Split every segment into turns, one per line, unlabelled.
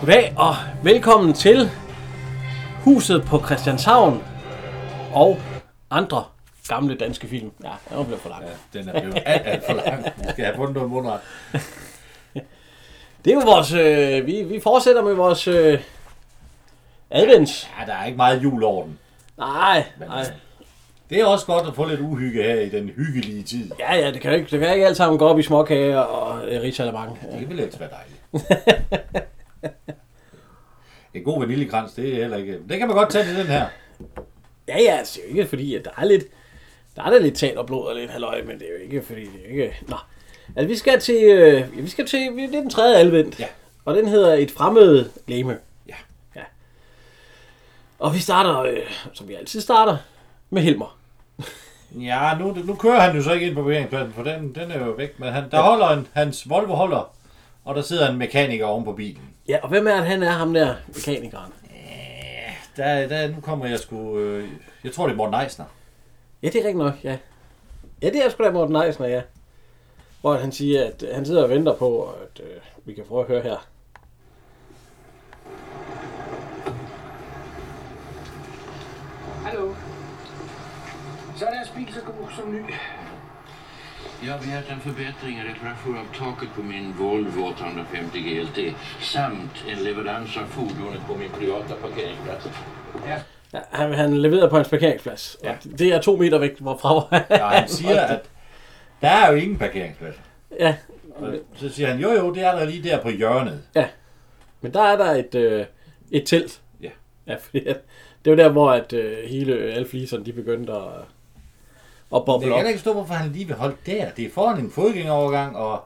Goddag og velkommen til Huset på Christianshavn og andre gamle danske film. Ja, den var blevet for lang.
Ja, den er blevet alt, alt for lang. Vi skal have fundet noget mundret.
Det er jo vores... Øh, vi, vi fortsætter med vores øh, advents.
Ja, der er ikke meget jul over den.
Nej,
Men,
nej.
øh, Det er også godt at få lidt uhygge her i den hyggelige tid.
Ja, ja, det kan jo ikke, det kan ikke alt sammen gå op i småkager og øh, rigsalerbange.
Det vil ellers være dejligt. En god vaniljekrans, det er heller ikke... Det kan man godt tage til den her.
Ja, ja, altså, det er jo ikke fordi, at der er lidt... Der er da lidt teaterblod og lidt halløj, men det er jo ikke fordi, det er jo ikke... Nå. Altså, vi skal til... Øh, ja, vi skal til... vi- Det er den tredje advent.
Ja.
Og den hedder Et fremmed leme.
Ja.
Ja. Og vi starter, øh, som vi altid starter, med Helmer.
Ja, nu, nu kører han jo så ikke ind på parkeringspladsen, for den, den er jo væk. Men han, der holder en, hans Volvo holder, og der sidder en mekaniker oven på bilen.
Ja, og hvem er det, han er, ham der mekanikeren?
Ja, der, der, nu kommer jeg sgu... Øh, jeg tror, det er Morten Eisner.
Ja, det er rigtigt nok, ja. Ja, det er sgu da Morten Eisner, ja. Hvor han siger, at øh, han sidder og venter på, at øh, vi kan prøve at høre her.
Hallo. Så er deres bil så god som ny.
Jag har begärt en förbättring, en reparation av taket på min Volvo 850 GLT samt en leverans av fordonet på min privata parkeringsplats.
Ja, han, han leverer på hans parkeringsplads. Ja. Og det er to meter væk hvorfra, hvor han
Ja, han siger, at der er jo ingen parkeringspladser.
Ja,
Og så siger han, jo jo, det er der lige der på hjørnet.
men der er der et, øh, et telt.
Ja.
Ja, fordi at, det var der, hvor at, øh, hele øh, alle fliserne, de begyndte at, at
Jeg
boble
kan
op.
da ikke forstå, hvorfor han lige vil holde der. Det er foran en fodgængerovergang, og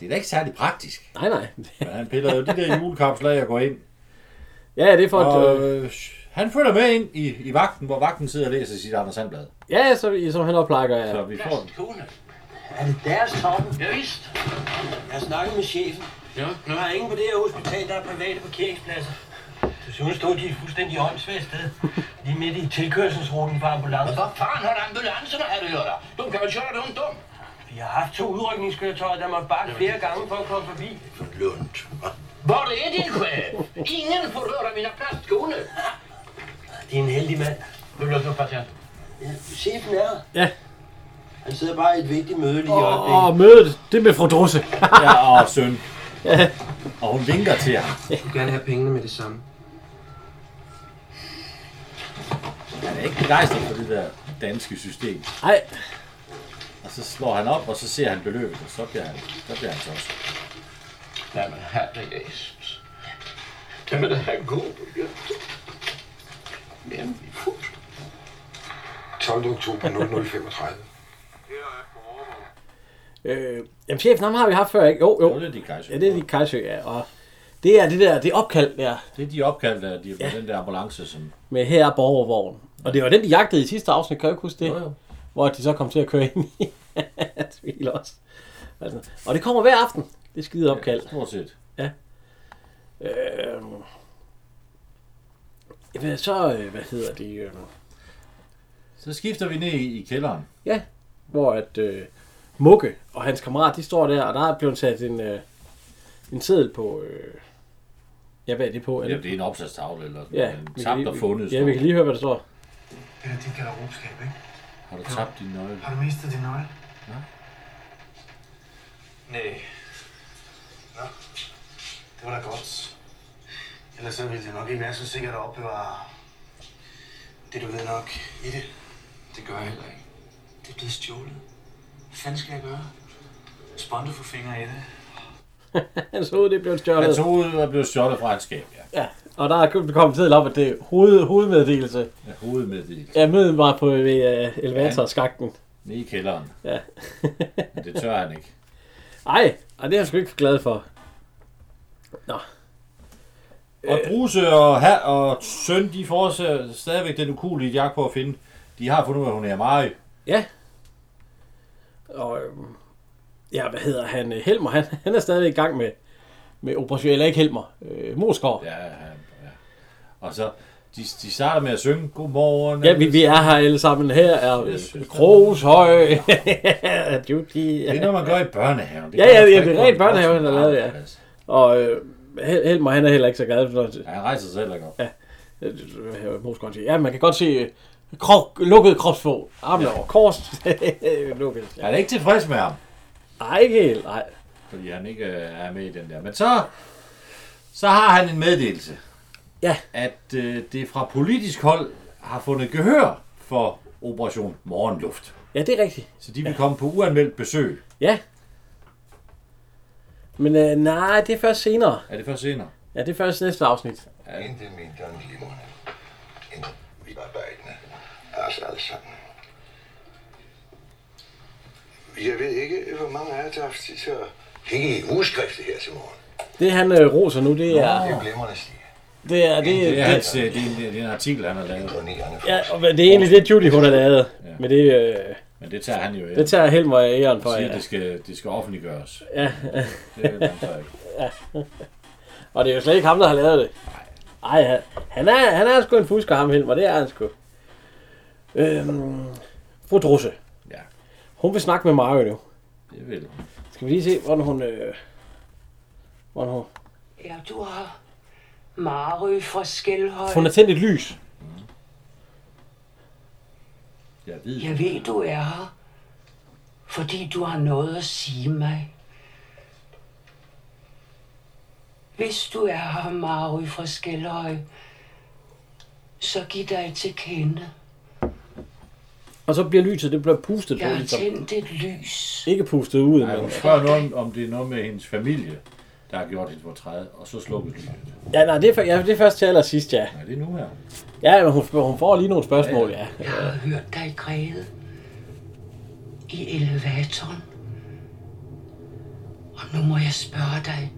det er da ikke særlig praktisk.
Nej, nej.
Men han piller jo de der julekapsler af og går ind.
Ja, det er for at...
Og
Øh,
øh, han følger med ind i, i vagten, hvor vagten sidder og læser sit Anders Sandblad.
ja, så, som han opplakker, ja.
Så vi får den.
Plastikkoner? Er det deres Torben?
Ja, visst.
Jeg har snakket med chefen.
Ja,
Der er ingen på det her hospital, der er private parkeringspladser. Desuden stod de et fuldstændig åndssvagt sted. Lige midt i tilkørselsruten for ambulancer.
Vad fan har ambulanserna här att göra? De kan väl köra runt om?
Vi har haft to udrykningskøretøjer, der måtte bakke flere gange for at komme forbi.
Från Lund. va? Var är din chef? Ingen får röra mina plastkoner.
Det er en heldig mand.
Du löser upp patienten.
Ja, Chefen er her.
Ja.
Han sidder bare i et vigtigt møde lige i
Og,
øjeblikket.
og mødet, det er med fru Drusse.
Ja, og søn. Og hun vinker til ham.
Jeg vil gerne have pengene med det samme.
Han er ikke begejstret for det der danske system.
Nej,
Og så slår han op, og så ser han beløbet, og så bliver han, så bliver han tosset.
Nej, men herre Jesus. Nej, men det här går ju inte. Men vi får
12. oktober 0035.
øh, jamen chefen, ham har vi haft før, ikke? Jo,
Jo,
jo.
det er de kejser.
Ja, det er de Kajsø, ja. Og det er det der, det er opkald der
Det er de opkaldt af, de, ja. den der ambulance, som...
med her er borgervogn. Og det var den, de jagtede i sidste afsnit, kan jeg ikke huske det?
Jo, jo.
Hvor de så kom til at køre ind i hans bil også. Altså, Og det kommer hver aften. Det er skide opkald.
Stort set.
Øh, jamen, så, øh, hvad hedder det? Øh,
Så skifter vi ned i, i kælderen.
Ja, hvor at øh, Mukke og hans kammerat, de står der, og der er blevet sat en, øh, en seddel på... Øh, ja, hvad er det på? Er
Eller
det,
det er en opslagstavle, eller sådan
ja,
ja, en
vi
tabt
kan
og
lige-
fundet.
Ja, vi kan lige høre, hvad der står.
Det er dit garderobeskab, ikke?
Har du tabt din nøgle?
Har du mistet din nøgle?
Nej.
Nå, det var da godt. Ellers så ville det nok ikke være så sikkert at opbevare det, du ved nok i det.
Det gør jeg heller ikke.
Det er blevet stjålet. Hvad fanden skal jeg gøre? Sponte for fingre i det.
Hans hoved, det blev stjålet.
Hans hoved Altså, er blevet stjålet fra et skab, ja.
Ja, og der er kommet en seddel op, at det er hoved, hovedmeddelelse.
ja hovedet med det.
Ja, mødet var på ved, øh, elevatorskakten.
Nede i kælderen.
Ja.
Men det tør han ikke.
Ej, og det er han sgu ikke glad for. Nå.
Og Druse og, ha- og Søn, de får også øh, stadigvæk den ukulige jagt på at finde. De har fundet ud af, at hun er meget.
Ja. Og øhm, ja, hvad hedder han? Øh, Helmer, han, han er stadig i gang med, med operation, eller ikke Helmer, øh, Moskov. Ja,
Ja, ja, ja. Og så, de, de starter med at synge Godmorgen.
ja vi, vi, er her alle sammen. Her er
Jeg synes,
øh, Kroshøj, Judy,
Det er
ja.
noget, man gør i børnehaven.
Ja,
gør
ja,
man
ja,
sgu
det er
ikke
rent
på en
børnehaven, han
voksen
har lavet, ja.
arbejdsplads.
Og øh, Hel- Helmer, han er heller ikke så glad for
Ja, han rejser sig heller ikke op.
Øh, Moskov siger, ja, man kan godt se øh, krop, lukket kropsfog, armene ja. over korset, lukket. Ja.
Han er ikke tilfreds med ham,
Ej, ikke helt, nej.
fordi han ikke øh, er med i den der. Men så, så har han en meddelelse.
Ja.
At øh, det fra politisk hold har fundet gehør for Operation Morgenluft.
Ja, det er rigtigt.
Så de vil komme på uanmeldt besøg.
Ja. Men øh, nej, det er først senere.
Er det først senere?
Ja, det er først næste afsnit.
Intet mindre end glimrende. En vidarbejdende af os alle sammen.
Jeg ved ikke, hvor mange af jer, der har haft tid til at hænge i ugeskriftet her til morgen.
Det han øh, roser nu, det
Det
er...
er glimrende stige.
Det er, det,
Det er,
det,
hans, øh, det, er, en- det er en artikel, han har lavet.
Imponerende for
ja, og hvad- det er egentlig det, Judy hun har lavet.
Ja.
Men det, øh,
Men det tager han jo af.
det tager Helmer æren for.
Han siger, at
Ja.
det skal, det skal offentliggøres.
Ja.
Det vil han så ikke.
Og det er jo slet ikke ham, der har lavet det. Ej, han, han, er, han er sgu en fusker, ham Helmer. Det er han sgu. Øhm, fru Drusse.
Ja.
Hun vil snakke med Mario nu.
Det vil han.
Skal vi lige se, hvordan hun... Øh, hvordan hun...
Ja, du har Marø fra Skelhøj.
Hun har tændt et lys.
Jeg ved.
Jeg ved, du er her, fordi du har noget at sige mig. Hvis du er her, Marø fra Skelhøj, så giv dig til kende.
Og så bliver lyset, det bliver pustet på.
Jeg har
Ligesom.
tændt et lys.
Ikke pustet ud,
Nej,
men...
hun spørger noget om, om det er noget med hendes familie, der har gjort hendes portræt, og så slukket lyset.
Ja, nej, det er, fa- ja, det er først til allersidst, ja.
Nej, det er nu her.
Ja, men hun, spørger- hun får lige nogle spørgsmål, ja.
Jeg har hørt dig græde i elevatoren. Og nu må jeg spørge dig,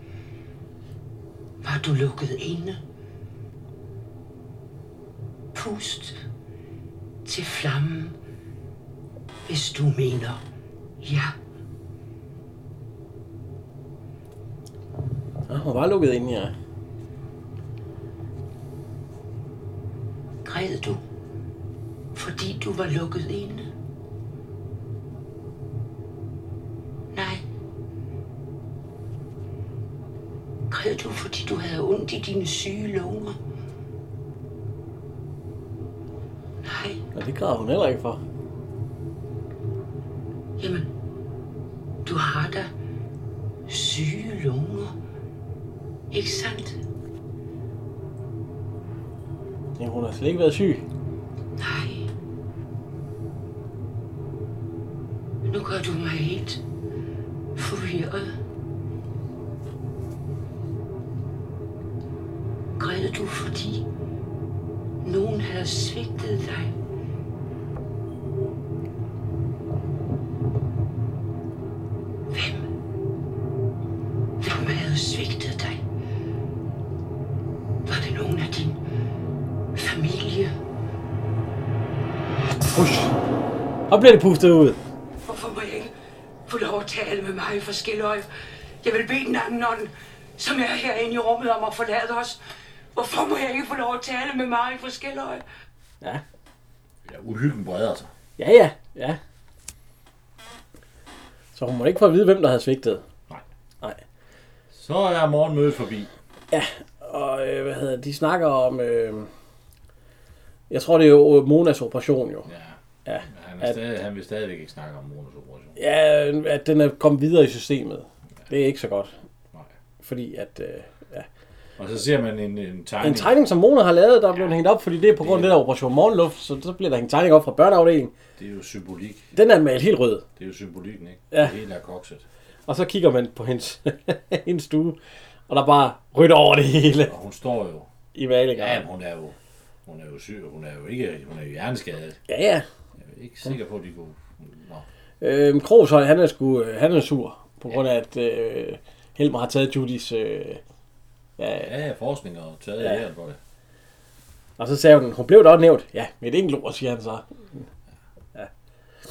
var du lukket inde? Pust til flammen, hvis du mener ja.
Nå, Hun var lukket ind, ja.
Græd du, fordi du var lukket inde? Nej. Græd du, fordi du havde ondt i dine syge lunger? Nej.
Og det græder hun heller ikke for.
Jamen, du har da syge lunger. Ikke sandt?
Jamen, hun har slet ikke været syg.
Nej. Nu gør du mig helt forvirret. Græd du, fordi nogen havde svigtet dig? Hvem? Hvem havde svigtet dig? Var det nogen af din familie?
Ush. Og bliver det pustet ud.
Hvorfor må jeg ikke få lov at tale med mig for skilløj? Jeg vil bede den anden ånd, som er herinde i rummet, om at forlade os. Hvorfor må jeg ikke få lov at tale med mig for skilløj?
Ja.
Ja, uhyggen breder sig.
Ja, ja, ja. Så hun må ikke få at vide, hvem der havde svigtet.
Så er morgenmødet forbi.
Og øh, hvad hedder det, de snakker om... Øh, jeg tror, det er jo Monas operation, jo.
Ja.
Ja.
Men Han, er
At-
stadig, han vil stadigvæk ikke snakke om Monos operation.
Ja, at den er kommet videre i systemet. Det er ikke så godt.
Nej.
Fordi at... Øh,
Og så ser man en, en tegning.
en tegning, som Mona har lavet, der er blevet hængt op, fordi det er på grund af den der operation morgenluft, så så bliver der hængt tegning op fra børneafdelingen.
Det er jo symbolik.
Den er malet helt rød.
Det er jo symbolikken, ikke?
Ja.
Det hele er kokset.
Og så kigger man på hendes, hendes stue, og der er bare rødt over det hele
Og hun står jo.
i malingen.
Ja, men hun er jo, hun er jo syg. Hun er jo ikke, hun er jo hjerneskadet.
ja. ja.
Jeg er ikke sikker på, at de kunne... Nå.
Øhm, Krogshøj, han er sgu, øh, han er sur, på grund af, at øh, Helmer har taget Judys øh, Ja, ja.
Ja, forskning og taget
Ja.
ja. jern på det.
Og så sagde hun, hun blev da også nævnt. Ja, med et enkelt ord, siger han så.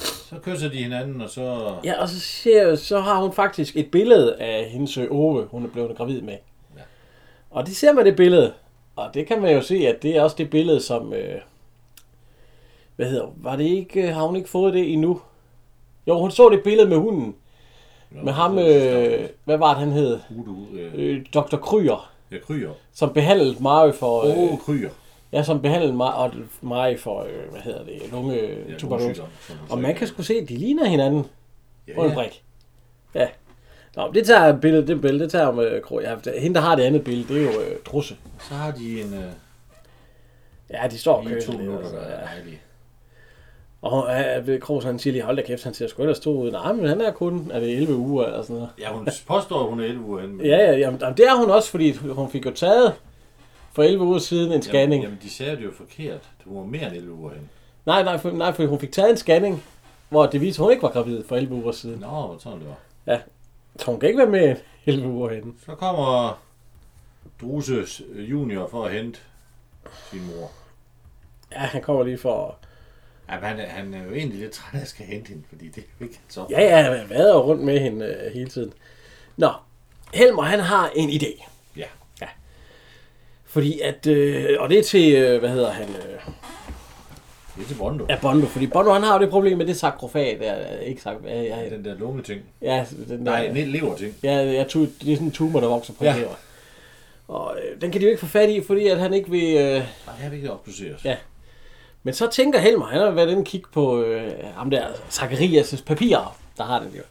Så kysser de hinanden, og så... Ja.
Ja, og så, siger, jeg- så har hun faktisk et billede af hendes ø, Ove, hun er blevet gravid med.
Ja.
Og det ser man det billede. Og det kan man jo se, at det er også det billede, som... Øh, hvad hedder Var det ikke... øh, Har hun ikke fået det endnu? Jo, hun så det billede med hunden. Med ham... Øh, hvad var det, han hed?
Udu, øh,
Øh, Dr. Kryer,
ja, kryer.
som behandlede Mario for...
Åh,
Øh,
oh, kryer.
ja, som behandlede Ma- og Mario for... Øh, hvad hedder det? Lunge...
Ja,
Ja, tuberkulose.
lungesygdom, som man
Og
så
man
ikke-
kan sgu se, at de ligner hinanden.
Ja,
På en
ja.
brik. Ja. Nå, det tager jeg billede, det billede, det tager jeg med Krog. Ja, det- hende, der har det andet billede, det er jo øh, Trusse.
Så har de en... Øh,
Ja, de står og
lige to
kører. lidt,
minutter,
Altså,
der er
ja.
dejlige.
Og øh, ja, Kroos, han siger lige, hold da kæft, han ser sgu ellers to ud. Nej, men han er kun, er det 11 uger eller sådan noget.
Ja, hun påstår, at hun er 11 uger henne. men-
Ja, ja, jamen, jamen, det er hun også, fordi hun fik jo taget for 11 uger siden en scanning.
Jamen, jamen, de sagde det jo forkert. Hun var mere end 11 uger henne.
Nej, nej, for, nej, for hun fik taget en scanning, hvor det viste, at hun ikke var gravid for 11 uger siden.
Nå, sådan det var.
Så hun kan ikke være med 11 uger henne.
Så kommer Druses junior for at hente sin mor.
Ja, han kommer lige for at
Jamen, han, er- han er jo egentlig lidt træt af at skal hente hende, fordi det er jo ikke hans opgave.
Ja, ja, han vader rundt med hende øh, hele tiden. Nå, Helmer han har en idé.
ja.
Fordi at, øh, og det er til, øh, hvad hedder han, øh,
Det er til Bondo.
ja, Bondo. Fordi Bondo han har jo det problem med det sakrofag, der øh, ikke sagt, ja, ja,
Ja, den der lunge ting.
ja, den der,
Nej, en lever ting.
ja, jeg tog, det er sådan en tumor, der vokser på
Ja.
ja. lever. Og øh, den kan de jo ikke få fat i, fordi at han ikke vil, øh,
Nej, jeg vil ikke obduceres.
Ja. Men så tænker Helmer, han har været inde og kigge på øh, ham der, Zacharias' papirer, der har den jo.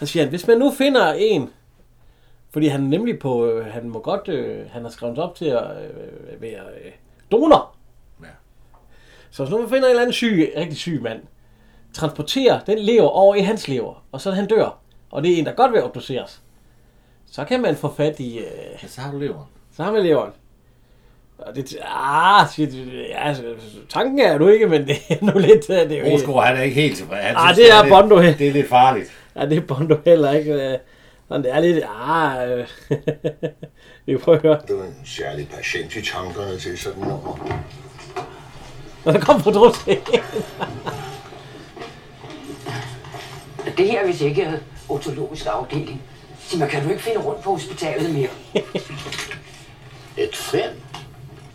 Så siger han, hvis man nu finder en, fordi han er nemlig på, øh, han må godt, øh, han har skrevet sig op til at øh, være øh, donor.
Ja.
Så hvis nu man finder en eller anden syg, rigtig syg mand, transporterer den lever over i hans lever, og så han dør, og det er en, der godt vil obduceres, så kan man få fat i, øh,
Ja, så Altså, har du leveren.
så har man leveren. Og det, ah, siger de, ja, altså, tanken er du ikke, men det er nu lidt, øh, det er jo ikke,
Rosgaard, han er ikke helt tilfreds. Han
Ah,
synes,
det er
lidt-
Bondo her.
Det er lidt farligt.
ja, det er Bondo heller ikke. øh, Sådan, det er lidt, ah, øh, vi prøver at høre.
Det var en særlig patient i tankerne til sådan noget.
Og så kom på drusle.
Det her er vist ikke otologisk afdeling. Sig mig, kan du ikke finde rundt på hospitalet mere?
Ett skämt?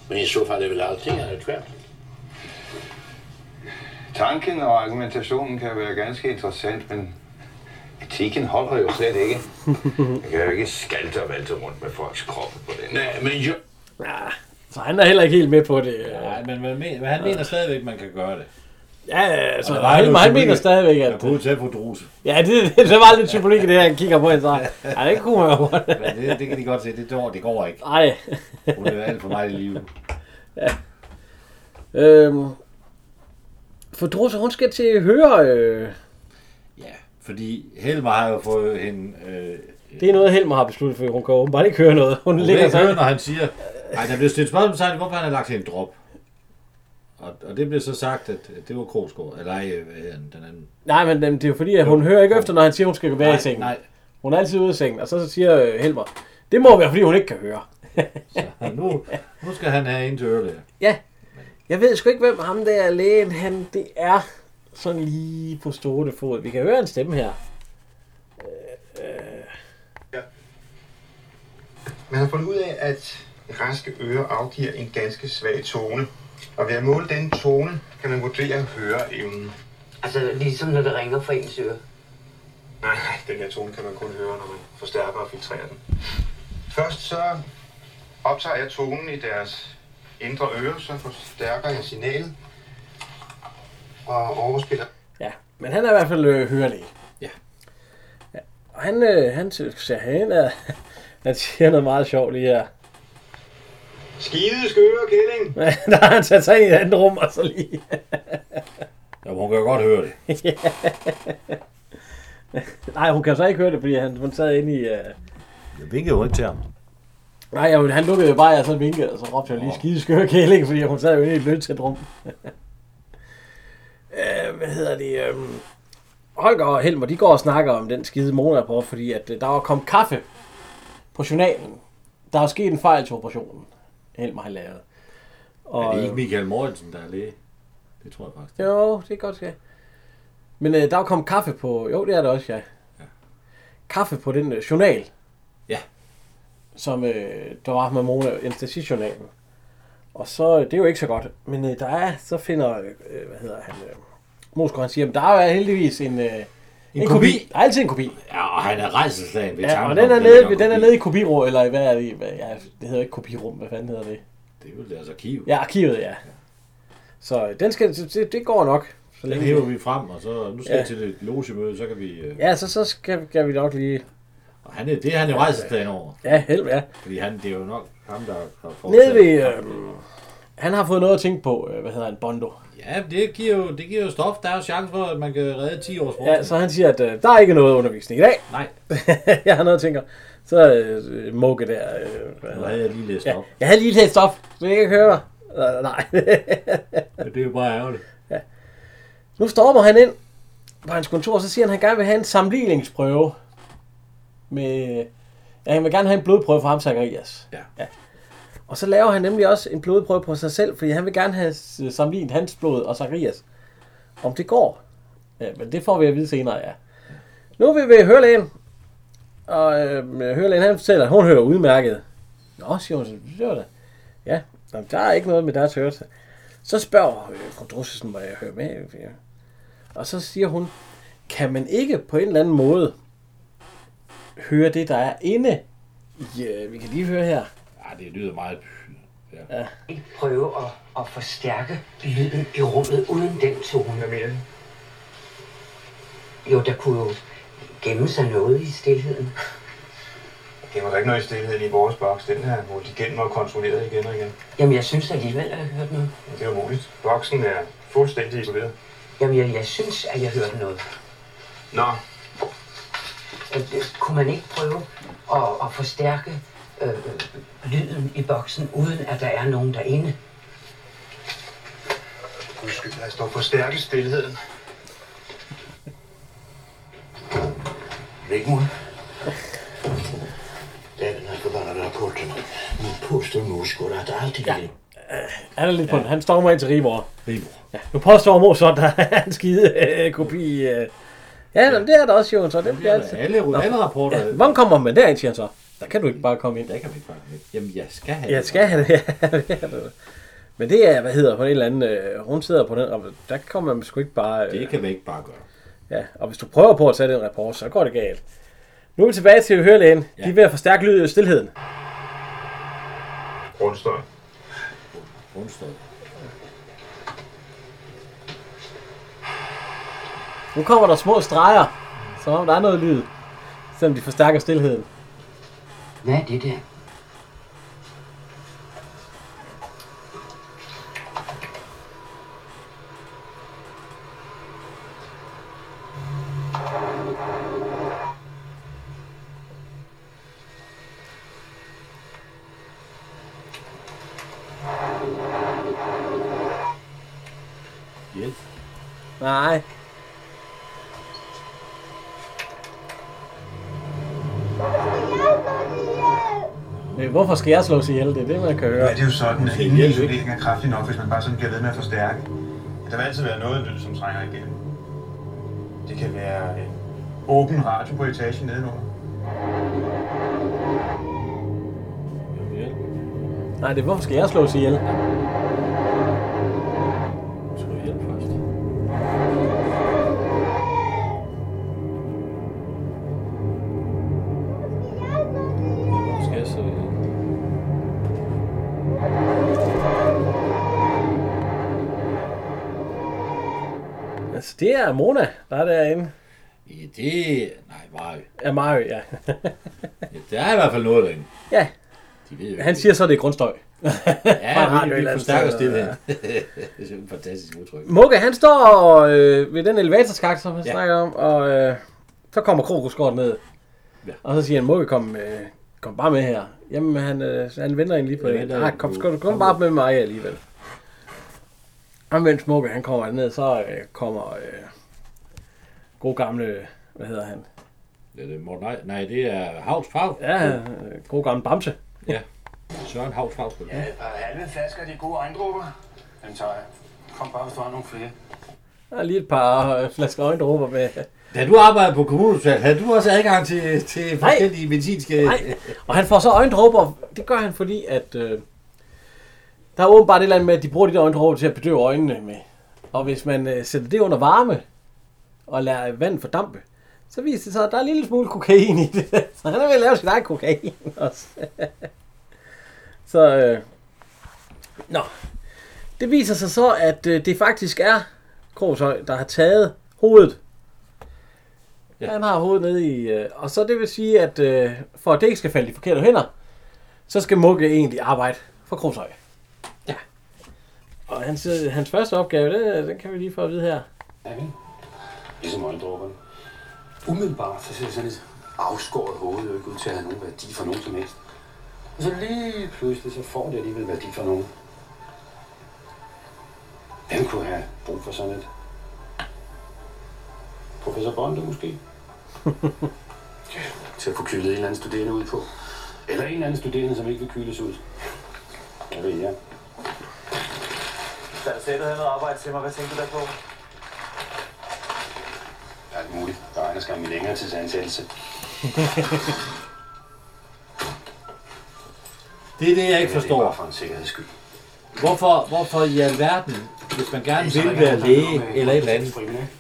Men i så fall är väl allting här ett skämt?
Tanken og argumentationen kan være ganske interessant, men etikken holder jo slet ikke. Jeg kan jo ikke skalte og valte rundt med folks kroppe på den.
Nej, men jag...
Ja, så han er heller ikke helt med på det.
Nej, men, man men, men han mener stadigvæk, man kan gøre det.
Ja, så
Og der var
han,
jo
han
selvfølgelig-
mener stadigvæk,
Man
at...
kunne tage på Druse.
Ja, det, det, det var lidt symbolik i det her, han kigger på en så. Ja, det kunne man jo godt.
Men det, det kan de godt se. Det, går, det går ikke.
Ej.
Hun er alt for meget i live.
Øhm, for Drusse, hun skal til høre... Øh,
Ja. Fordi Helmer har jo fået hende... Øh,
Det er noget, Helmer har besluttet, for hun kan åbenbart ikke høre noget. Hun
hun
ligger
lægger
sig.
sig når han siger... Nej, der blev stillet spørgsmål til, hvorfor han har lagt en drop. Og, og det blev så sagt, at det var Krogsgaard. Eller ej, hvad hedder han, den anden?
Nej, men jamen, det er jo fordi, at hun hører ikke efter, når han siger, hun skal være i sengen.
nej.
Hun er altid ude af sengen, og så siger øh, Helmer, det må være, fordi hun ikke kan høre.
Så nu, nu skal han have en til Ørlæger.
Ja, jeg ved sgu ikke, hvem ham der er lægen, han det er sådan lige på stående fod. Vi kan høre en stemme her.
Man har fundet ud af, at raske ører afgiver en ganske svag tone. Og ved at måle den tone, kan man vurdere høreevnen.
Altså, ligesom når det ringer fra ens øre.
Nej, nej, den her tone kan man kun høre, når man forstærker og filtrerer den. Først så optager jeg tonen i deres indre øre, så forstærker jeg signalet og overspiller
Ja, men han er i hvert fald øh, hørelæge.
Ja.
Ja, Og han, øh, han ser han er, han siger noget meget sjovt lige her.
Skide skøre, kælling!
der har han sat sig ind i et andet rum, og så lige...
Ja, hun kan jo godt høre det.
Nej, hun kan så ikke høre det, fordi han, hun sad inde i... Øh,
Jeg vinkede jo ikke til ham.
Nej, jeg, han lukkede jo bare, og så vinkede, og så råbte jeg lige skide skøre kæling, fordi hun sad jo inde i et løntæt rum. øh, hvad hedder det? Øh, Holger og Helmer, de går og snakker om den skide morgenrapport, fordi at, øh, der var kommet kaffe på journalen. der er sket en fejl til operationen. Helmer har lavet.
Er
Og,
det ikke Michael Mortensen, der er læge? Det tror jeg faktisk.
øh, Jo, det er godt, ja. Men øh, der er jo kommet kaffe på... Jo, det er der også, ja. Kaffe på den øh, journal.
Ja.
Som øh, der var med Mona, anestesijournalen. Og så, øh, det er jo ikke så godt. Men øh, der er, så finder, øh, hvad hedder han, øh, Moskva, han siger, men der er jo heldigvis en, øh, en,
En kopi.
Der er altid en kopi.
Ja, og han er rejselslagen ved
Ja,
tanken
og
om,
den er,
det
nede,
nok
ved- den er
kopi.
nede i kopirum, eller i- hvad er det? Hvad, ja, det hedder ikke kopirum, hvad fanden hedder det?
Det er jo deres arkiv.
Ja, arkivet, ja. Så øh, den skal, så det, det går nok. Så
Den
længe
hæver vi frem, og så nu skal
Ja.
ja. til det logemøde, så kan vi... Øh,
Ja, så, så skal, skal vi nok lige...
og han er, det er han jo rejselslagen over,
Ja, helvede, ja.
fordi han, det er jo nok ham, der har fået...
Nede ved... Øh, han har fået noget at tænke på, øh, hvad hedder han, Bondo.
Ja, det giver, jo, det giver jo stof. Der er jo chance for, at man kan redde 10 års
Ja,
forskning.
så han siger, at øh, der er ikke noget undervisning i dag.
Nej,
jeg har noget at tænke om. Så øh, Moke der... Øh, hvad
nu
hedder han?
havde jeg lige læst
ja,
op.
jeg havde lige læst op, så jeg kan høre dig. Øh, Nej.
Men Det er jo bare ærgerligt.
nu stormer han ind på hans kontor, så siger han, at han gerne vil have en sammenligningsprøve. Med, ja, han vil gerne have en blodprøve for ham, Zacharias.
Ja.
Og så laver han nemlig også en blodprøve på sig selv, fordi han vil gerne have øh, sammenlignet hans blod og Zacharias. Om det går. Ja, men det får vi at vide senere, ja. Nu er vi ved hørelægen. Og øh, hørelægen han fortæller, at hun hører udmærket. Nå, siger hun, så det var da. Ja, jamen, der er ikke noget med deres hørelse. Så spørger øh, fru Drussesen, må jeg høre med? Ja. Og så siger hun, kan man ikke på en eller anden måde høre det, der er inde? Ja, vi kan lige høre her.
Ja, det lyder meget... Ja.
ikke prøve at, at forstærke lyden i rummet uden den tone. Hvad mener Jo, der kunne jo gemme sig noget i stillheden.
Det var da ikke noget i stillheden i vores boks. Den her multigen var kontrolleret igen og igen.
Jamen, jeg synes alligevel, at jeg hørte noget.
Men det er umuligt. Boksen er fuldstændig isoleret.
Jamen, jeg, jeg synes, at jeg hørte noget.
Nå,
At, øh, kunne man ikke prøve at, at forstærke øh, øh, lyden i boksen, uden at der er nogen derinde?
undskyld, lad os dog forstærke stillheden.
Væk, mor. Den er forbandet på den. Min puste muskler, der er altid ja.
Han er lidt på den. Han stormer ind til Ribor.
Rigmor.
Ja, nu påstår Mo så, at der er en skide øh, kopi. Øh. Ja, jamen, det er der også, Jon, så det bliver altid.
Alle, alle rapporter...
altså- Ja, hvordan kommer man derind, siger han så? Der kan du ikke bare komme ind.
Der kan man ikke fange det. Jamen, jeg skal have
Jeg
det.
skal have det, ja. det er det. Men det er, hvad hedder, på en eller anden, øh, hun sidder på den, og der kommer man sgu ikke bare... Øh,
Det kan man ikke bare gøre.
Ja, og hvis du prøver på at tage den rapport, så går det galt. Nu er vi tilbage til hørelægen. Ja. De er ved at forstærke lydet i stillheden.
Rundstøj.
Onsdag.
Nu kommer der små streger, som om der er noget lyd, selvom de forstærker stillheden.
Hvad er det der?
Hjælp.
Nej. Men hvorfor skal jeg slås ihjel? Det er det, man kan
Ja,
høre.
det er jo sådan, at ingen isolering er kraftig nok, hvis man bare sådan bliver ved med at forstærke. Der vil altid være noget lyd, som trænger igennem. Det kan være en åben radio på etagen nedenunder.
Jamen, hjælp.
Nej, det er, hvorfor skal jeg slås ihjel?
Du skal hjælp først. Hvor skal jeg så hjælp?
Altså, det er Mona, der er derinde.
Ja, det... Nej, bare...
Ja, Mario, ja.
Ja, der er i hvert fald noget derinde.
ja,
De ved jo
han siger så, at det er grundstøj.
ja,
radio et
vi, vi
eller andet
forstærker
sted,
stillheden. det er sådan et fantastisk udtryk.
Mugge, han står og, øh, ved den elevatorskak, som han ja.
Ja.
snakker om, og øh, så kommer Krokoskort ned. Ja.
Ja.
Og så siger han, Mugge, kom, øh, kom bare med her. Jamen, han, øh, han venter en lige på
Jeg
det.
venter,
Nej, kom,
du-
kom, kom
kom
bare
ud."
med mig alligevel. Og mens Mugge, han kommer ned, så øh, kommer øh, god gamle, hvad hedder han?
Ja, det er Morten Ej. Nej, det er Havs Favs.
Ja, øh, god gamle Bamse.
Ja. Søren Havs Havsbøl.
Ja, et par halve flasker af de gode øjendrupper. Den tager jeg. Kom bare, hvis du har nogle flere.
Der er lige et par øh, flasker øjendråber med.
Da du arbejdede på kommunhospitalet, havde du også adgang til, til forskellige medicinske...
Nej, øh, og han får så øjendråber. Det gør han, fordi at... Øh, der er åbenbart et eller andet med, at de bruger de der øjendråber til at bedøve øjnene med. Og hvis man øh, sætter det under varme, og lader vand fordampe, så viser det sig, at der er en lille smule kokain i det. Så han er ved at lave sin egen kokain også. så, øh, nå. Det viser sig så, at øh, det faktisk er Krogshøj, der har taget hovedet. Ja. Han har hovedet nede i... Øh, og så det vil sige, at øh, for at det ikke skal falde i forkerte hænder, så skal Mugge egentlig arbejde for Krogshøj. Ja. Og hans, øh, hans første opgave, det, den kan vi lige få at vide her.
Ja, vel? Ligesom øjendrupperne. Umiddelbart så ser sådan et afskåret hoved jo ikke ud til at have nogen værdi for nogen som helst. Og så lige pludselig, så får det alligevel værdi for nogen. Hvem kunne have brug for sådan et? Professor Bonde måske? Ja, til at få kylet en eller anden studerende ud på. Eller en eller anden studerende, som ikke vil kyles ud. Hvad ved jeg?
Da du sagde, du havde noget arbejde til mig, hvad tænkte du der på?
Alt muligt. Der regner skam i længere tids ansættelse.
Det er det, jeg ikke
Men Det er
forstår.
bare for en sikkerheds skyld.
Hvorfor, hvorfor i alverden, hvis man gerne vil være læge eller et eller andet,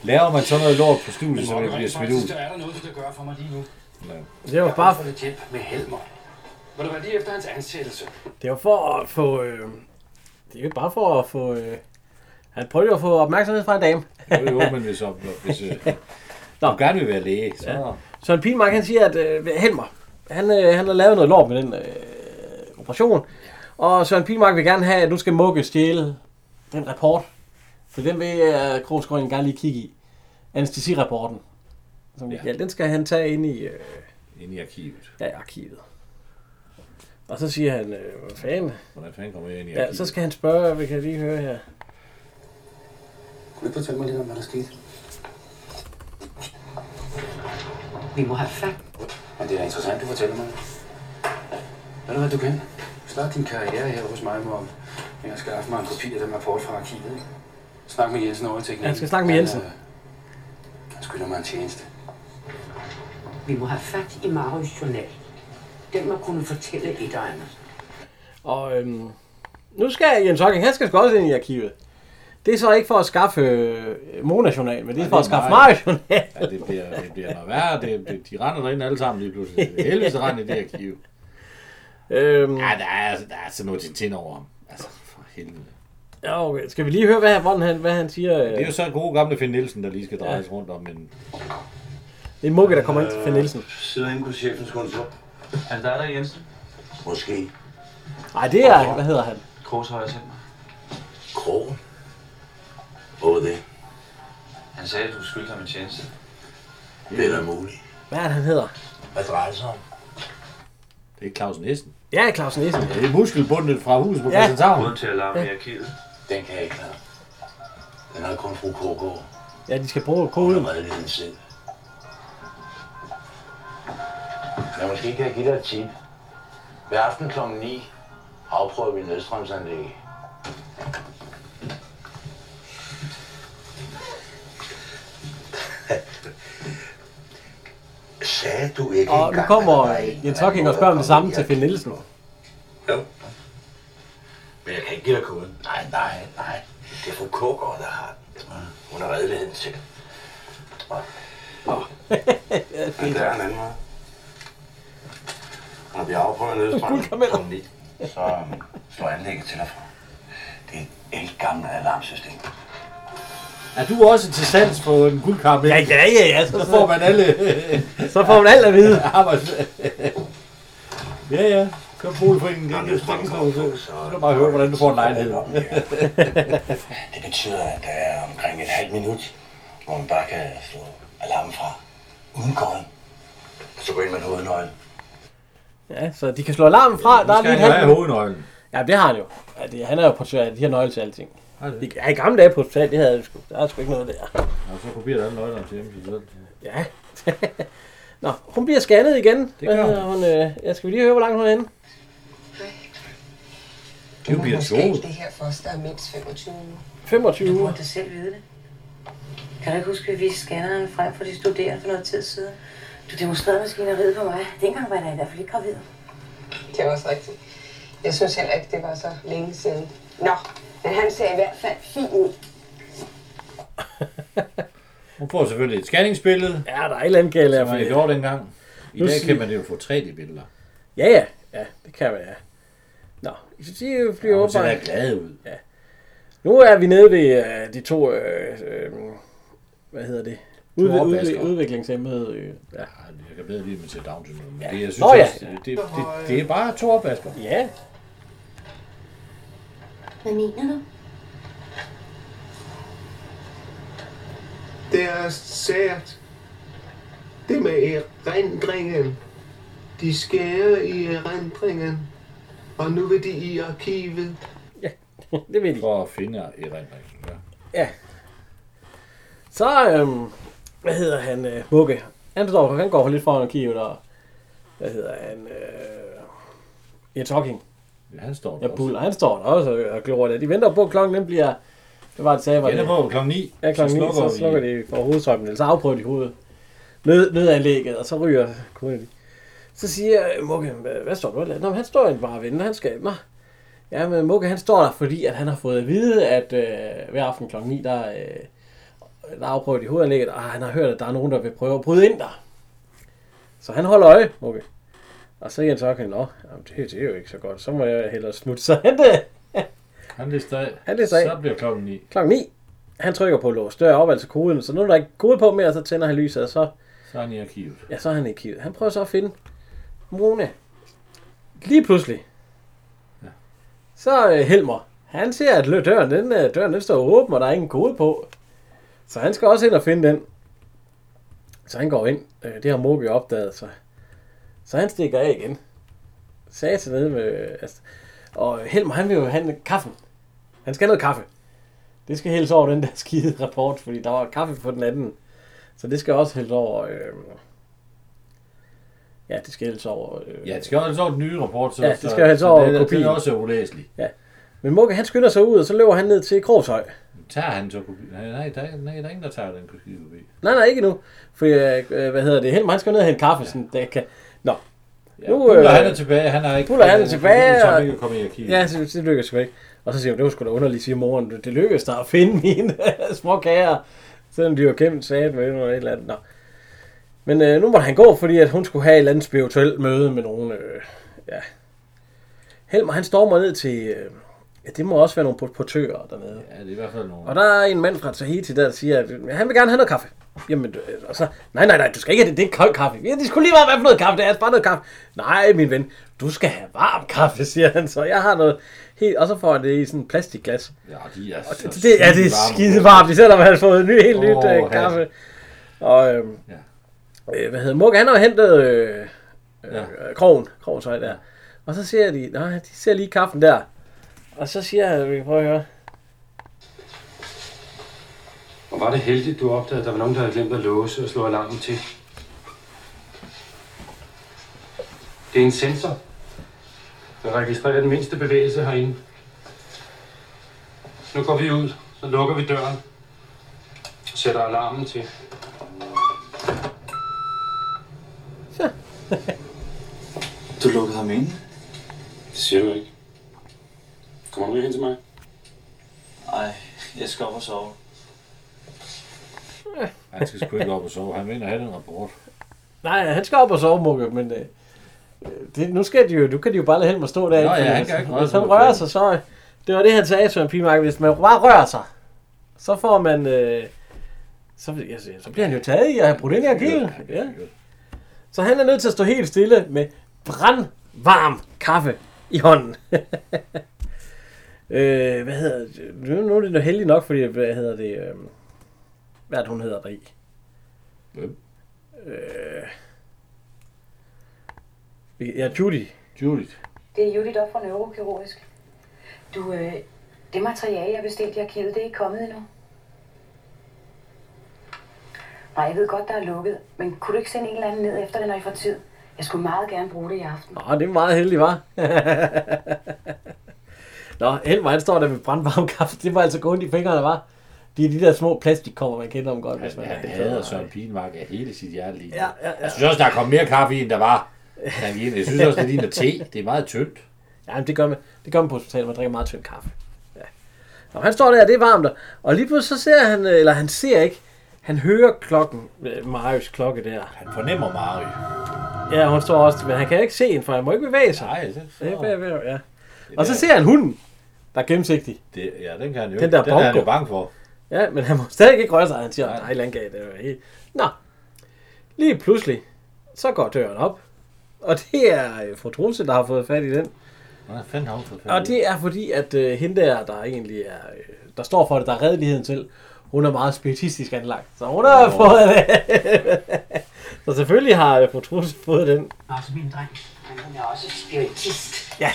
laver man sådan noget lort på studiet, så man bliver smidt ud?
Der er der noget, du kan gøre for mig lige nu.
Det var bare...
for lidt hjælp med Helmer. Må det være lige efter hans ansættelse?
Det var for at få... Øh, det er jo bare for at få... Øh, han prøvede jo at få opmærksomhed fra en dame.
Jo, jo, men hvis, hvis øh, du gerne vil være læge, så... Ja.
Søren Pilmark, han siger, at øh, Helmer, han, øh, han har lavet noget lort med den øh, operation. Og Søren Pilmark vil gerne have, at nu skal Mugge stjæle den rapport. For den vil øh, Krogsgrøn gerne lige kigge i. Anestesirapporten. Som ja. den skal han tage ind i... Øh,
Inde i arkivet.
Ja, i arkivet. Og så siger han, øh, hvad fanden?
Hvordan fanden kommer jeg ind i
Ja,
arkivet?
så skal han spørge, vi kan lige høre her.
Kunne du ikke fortælle mig lidt om, hvad der skete?
Vi må have fat.
Men det er da interessant, du fortæller mig. Ved du hvad, du kan? Start din karriere her hos mig, mor. Jeg har skaffet mig en kopi af den rapport fra arkivet. ikke? Snak med Jensen over i teknikken.
Han skal snakke med Jensen.
Han, øh, han skylder mig en tjeneste.
Vi må have fat i Marys journal. Den må kunne fortælle et eller andet.
Og øhm, nu skal Jens Hocking, han skal sgu også ind i arkivet. Det er så ikke for at skaffe øh, Mona-journal, men det er for at skaffe Mario-journal.
Ja, det bliver, det bliver noget værre. Det, det, de render derinde alle sammen lige pludselig. Helvede så render i det arkiv.
Øhm,
Ja, der er, altså- der er sådan noget til tænd over ham. Altså, for helvede.
ja, okay. Skal vi lige høre, hvad, hvordan han, hvad han siger? Øh,
Det er jo så gode gamle Finn Nielsen, der lige skal drejes rundt om en...
det er Mugge, der kommer ind til Finn Nielsen.
Sidder inde på chefens kontor. Er det dig der, Jensen?
Måske
Nej, det er, hvad hedder han?
Krogshøj har sendt mig.
krogen. Både det.
Han sagde, at du skyldte ham en tjeneste.
Det er da muligt.
Hvad er det, han hedder?
Hvad drejer det sig om?
Det er Claus Nissen.
Ja, Claus Nissen.
Ja, det er muskelbundet fra huset på
Ja.
Christianshavn.
Uden til alarm i arkivet.
Den kan jeg ikke klare. Den har kun fru Kågaard.
Ja, de skal bruge
Hun
koden.
har reddet den selv. Men måske kan jeg give dig et tip. Hver aften kl. 9 afprøver vi nedstrømsanlæg. Sagde du eh ikke
Og nu
engang,
kommer
at der var en
Jens
eller anden
Hocking og
måde
spørger om
at
det
komme
samme
ind i
til Finn
arkivet
Nielsen.
på? Jo. Men jeg kan ikke give dig koden. Nej, nej, nej. Det er fru Kågaard, der har den. Hun har redeligheden til. Og
Men der er en anden vej. Når vi afprøver nødstrømmen
guldkarameller.
om lidt,
så øhm, slår anlægget til og fra. Det er et helt gammelt alarmsystem.
Er du også til sans på en guldkaramel?
Ja, ja, ja, ja. Så,
Så
så,
får man alle øh,
så får man alt at vide.
arbejds... ja, ja. Kom boligforeningen.
Når
Det er
nødstrømmen kommer på, så...
Så skal du bare høre, hvordan du får en lejlighed.
Det betyder, at der er omkring et halvt minut, hvor man bare kan slå alarmen fra. Uden kåren. Så går ind med en hovednøgle.
Ja, så de kan slå alarmen fra. Der
Nu
er
skal
lige et
han jo have
halvt.
hovednøglen.
Ja, det har han jo. Ja, det, han er jo portør. De har nøgle til alting.
Har det?
Ja, i gamle dage på hospitalet, det havde jeg sgu. Der er sgu ikke noget der.
Og så kopierer du alle nøglerne til hjemme til sig selv.
Ja. Nå, hun bliver scannet igen. Det
gør
hun. hun øh, jeg skal vi lige høre, hvor langt hun er henne?
Det er jo Peter
måske
Schulz.
ikke det her foster er mindst 25 uger.
25
Du burde da selv vide det. Kan du ikke huske, at vi viste scanneren frem for de studerende for noget tid siden? Du demonstrerede maskineriet på mig. Dengang var jeg da i hvert fald ikke gravid.
Det er også rigtigt. Jeg synes heller ikke, det var så længe siden. Nå, men han ser i hvert fald fin ud.
Hun får selvfølgelig et scanningsbillede.
Ja, der er et eller andet galt
af, det gjorde dengang. I
Nu
dag
siger-
kan man jo få 3D-billeder.
Ja, ja, ja, det kan være, ja. Nå, så de bliver ja,
hun ser
åbenbart...
da glad ud.
Ja. Nu er vi nede ved øh, de to, øh, øh, hvad hedder det?
To
Udvi- udvi-
opvaskere.
udviklingshemmede. Øh. Ja.
Jeg kan bedre lide, at man ser Down syndrome. Ja. Det, jeg synes
Nå, ja.
også, det, det, det, det, er bare to opvasker.
Ja.
Hvad mener du?
Det er sært. Det med erindringen. De skærer i erindringen. Og nu vil de i arkivet.
det vil de.
For at finde erindringen. Ja.
ja. Så, øh, hvad hedder han? Øh, Mugge. Han, står, han går lidt foran arkivet, og hvad hedder han? Øh, Jens Hocking.
Ja, han står der
Ja, Bull, han står der også og- og glor der. De venter på, at klokken den bliver... Det var det sagde, var
Den er
det?
på klokken ni.
Ja, klokken
Så
9,
slukker
så
vi-
slukker de for hovedstrømmen, eller så afprøver de hovedet. Ned, nødanlægget, og så ryger Kennedy. Så siger Mugge, "Hva- hvad står du og laver?" Nå, men han står jo bare og venter, han skal... Nå. Ja, men Mugge, han står der, fordi at han har fået at vide, at øh, hver aften klokken 9, der, øh, der afprøver de hovedanlægget, og han har hørt, at der er nogen, der vil prøve at bryde ind der. Så han holder øje, Mugge. Og så Jens Ocken, nå, jamen, det, det, er jo ikke så godt, så må jeg hellere smutte. Så han, øh,
Han lister af.
Han lister af.
Så bliver klokken ni.
Klokken 9. Han trykker på lås dør op, altså koden. Så nu er der ikke kode på mere, så tænder han lyset, og så,
Så er han i arkivet.
ja, så er han i kivet. Han prøver så at finde Mona. Lige pludselig. Så øh, Helmer. Han ser, at lø- døren, den, øh, døren den står åben, og der er ingen kode på. Så han skal også ind og finde den. Så han går ind. Øh, det har Mogi opdaget, så, så han stikker af igen. Satan nede med... Øh, altså. Og Helmer, han vil jo have kaffen. Han skal have noget kaffe. Det skal hældes over den der skide rapport, fordi der var kaffe på den anden. Så det skal også hældes over... Øh, ja, det skal hældes over... Øh,
Ja, det skal jo altså over den nye rapport. Så,
Ja, det skal jo
så-
altså
så
over
den er-
kopien.
Den er også ulæselig.
Ja. Men Mugge, han skynder sig ud, og så løber han ned til Krogshøj.
Tager han så kopien? Nej, nej, der, er- nej, der er ingen, der tager den kopien kopi.
Nej, nej, ikke nu. For, øh, øh, hvad hedder det? Helmer, han skal ned og hente kaffe, ja. sådan, det kan... Nå.
Ja, Buller, han er tilbage. Han har ikke-
Buller, øh, han er
øh,
tilbage.
så han
og-
ikke er kommet i arkivet.
Ja, så, det lykkedes jo ikke. Og så siger hun, det var sgu da underligt, siger moren. Det, det lykkedes dig at finde mine små kager. Selvom de var kæmpet sat med eller et eller andet. Nå. Men øh, nu måtte han gå, fordi at hun skulle have et eller andet spirituelt møde med nogen. Øh, ja. Helmer, han stormer ned til... Øh, ja, det må også være nogle portører dernede.
Ja, det er i hvert fald nogen.
Og der er en mand fra Tahiti, der siger, at øh, han vil gerne have noget kaffe. Jamen, du- øh, og så, nej, nej, nej, du skal ikke have det, det er kold kaffe. Ja, det skulle lige være, hvad for noget kaffe, det er altså bare noget kaffe. Nej, min ven, du skal have varm kaffe, siger han så. Jeg har noget helt, og så får han det i sådan en plastikglas.
Ja, de er
og
så
det, det, ja, det er
skidevarme.
skide varmt, selvom han har fået en ny, helt nyt
Åh,
øh,
ja.
kaffe. Og, øhm, øh, hvad hedder Mugge, han har hentet øh, øh, ja. krogen, krogen så der. Og så ser de, nej, de ser lige kaffen der. Og så siger jeg, vi prøver at høre.
Og var det heldigt, du opdagede, at der var nogen, der havde glemt at låse og slå alarmen til. Det er en sensor. Den registrerer den mindste bevægelse herinde. Nu går vi ud, så lukker vi døren. Og sætter alarmen til.
Du lukkede ham inde?
Det siger du ikke. Kommer du ikke hen til mig?
Nej, jeg skal op og sove.
Han skal sgu ikke op og sove. Han vinder have den rapport.
Nej, han skal op og sove, Mugge, men øh, det, nu, skal de jo, nu kan de jo bare lade Helmer stå derinde.
Nå ja,
fordi
han
hvis-
kan ikke røre
Hvis
sig
han
på
rører
fanden.
sig, så... øh, Det var det, han sagde, Søren Pimark. Hvis man bare rører sig, så får man... Øh, så, jeg siger, så bliver han jo taget i at have brudt ind i arkivet. Ja. Så han er nødt til at stå helt stille med brandvarm kaffe i hånden. øh, hvad hedder det? Nu, nu er det jo heldigt nok, fordi... Hvad hedder det? Øh, hvad er det, hun hedder deri?
Hvem?
Øh, ja, Judy.
Judy.
Det er Judith op fra Neurokirurgisk. Du, øh, det materiale, jeg bestilte i arkivet, det er ikke kommet endnu. Nej, jeg ved godt, der er lukket, men kunne du ikke sende en eller anden ned efter det, når I får tid? Jeg skulle meget gerne bruge det i aften.
Åh, det er meget heldigt, var. Nå, Helmer han står der med brandvarm kaffe. Det var altså gå ondt i fingrene, var. De er de der små plastikkopper, man kender dem godt. hvis man
Han
er-
hader Søren Pienmark af hele sit hjerte lige. nu. Altså,
Ja, ja, ja.
Jeg synes også, der er kommet mere kaffe i, end der var. da han gik ind. Jeg synes også, det ligner te. Det er meget tyndt.
Ja, men det gør man, det gør man på hospitalet, man drikker meget tynd kaffe. Ja. Nå, han står der, det er varmt, og- og lige pludselig så ser han, øh, eller han ser ikke, han hører klokken, øh, Marius klokke der. Han
fornemmer Marius.
Ja, hun står også, men han kan ikke se hende, for han må ikke bevæge sig.
Nej, det
er bagved, ja.
Det
Og så
der-
ser han hunden, der er gennemsigtig.
Det, ja, den kan han jo
Den
ikke.
der
den er han jo
bongo.
bange for.
Ja, men han må stadig ikke røre sig. Han siger, nej, landgav, det er helt... Nå, lige pludselig, så går døren op. Og det er øh, fru Trulse, der har fået fat i den.
Hvad fanden har hun fået fat i?
Og det er fordi, at øh, hende der, der egentlig er, øh, der står for det, der er redeligheden til, hun er meget spiritistisk anlagt. Så hun har
Nå.
fået det. så selvfølgelig har øh, fru Trulse fået den.
Også min dreng. Men hun er også spiritist.
Ja.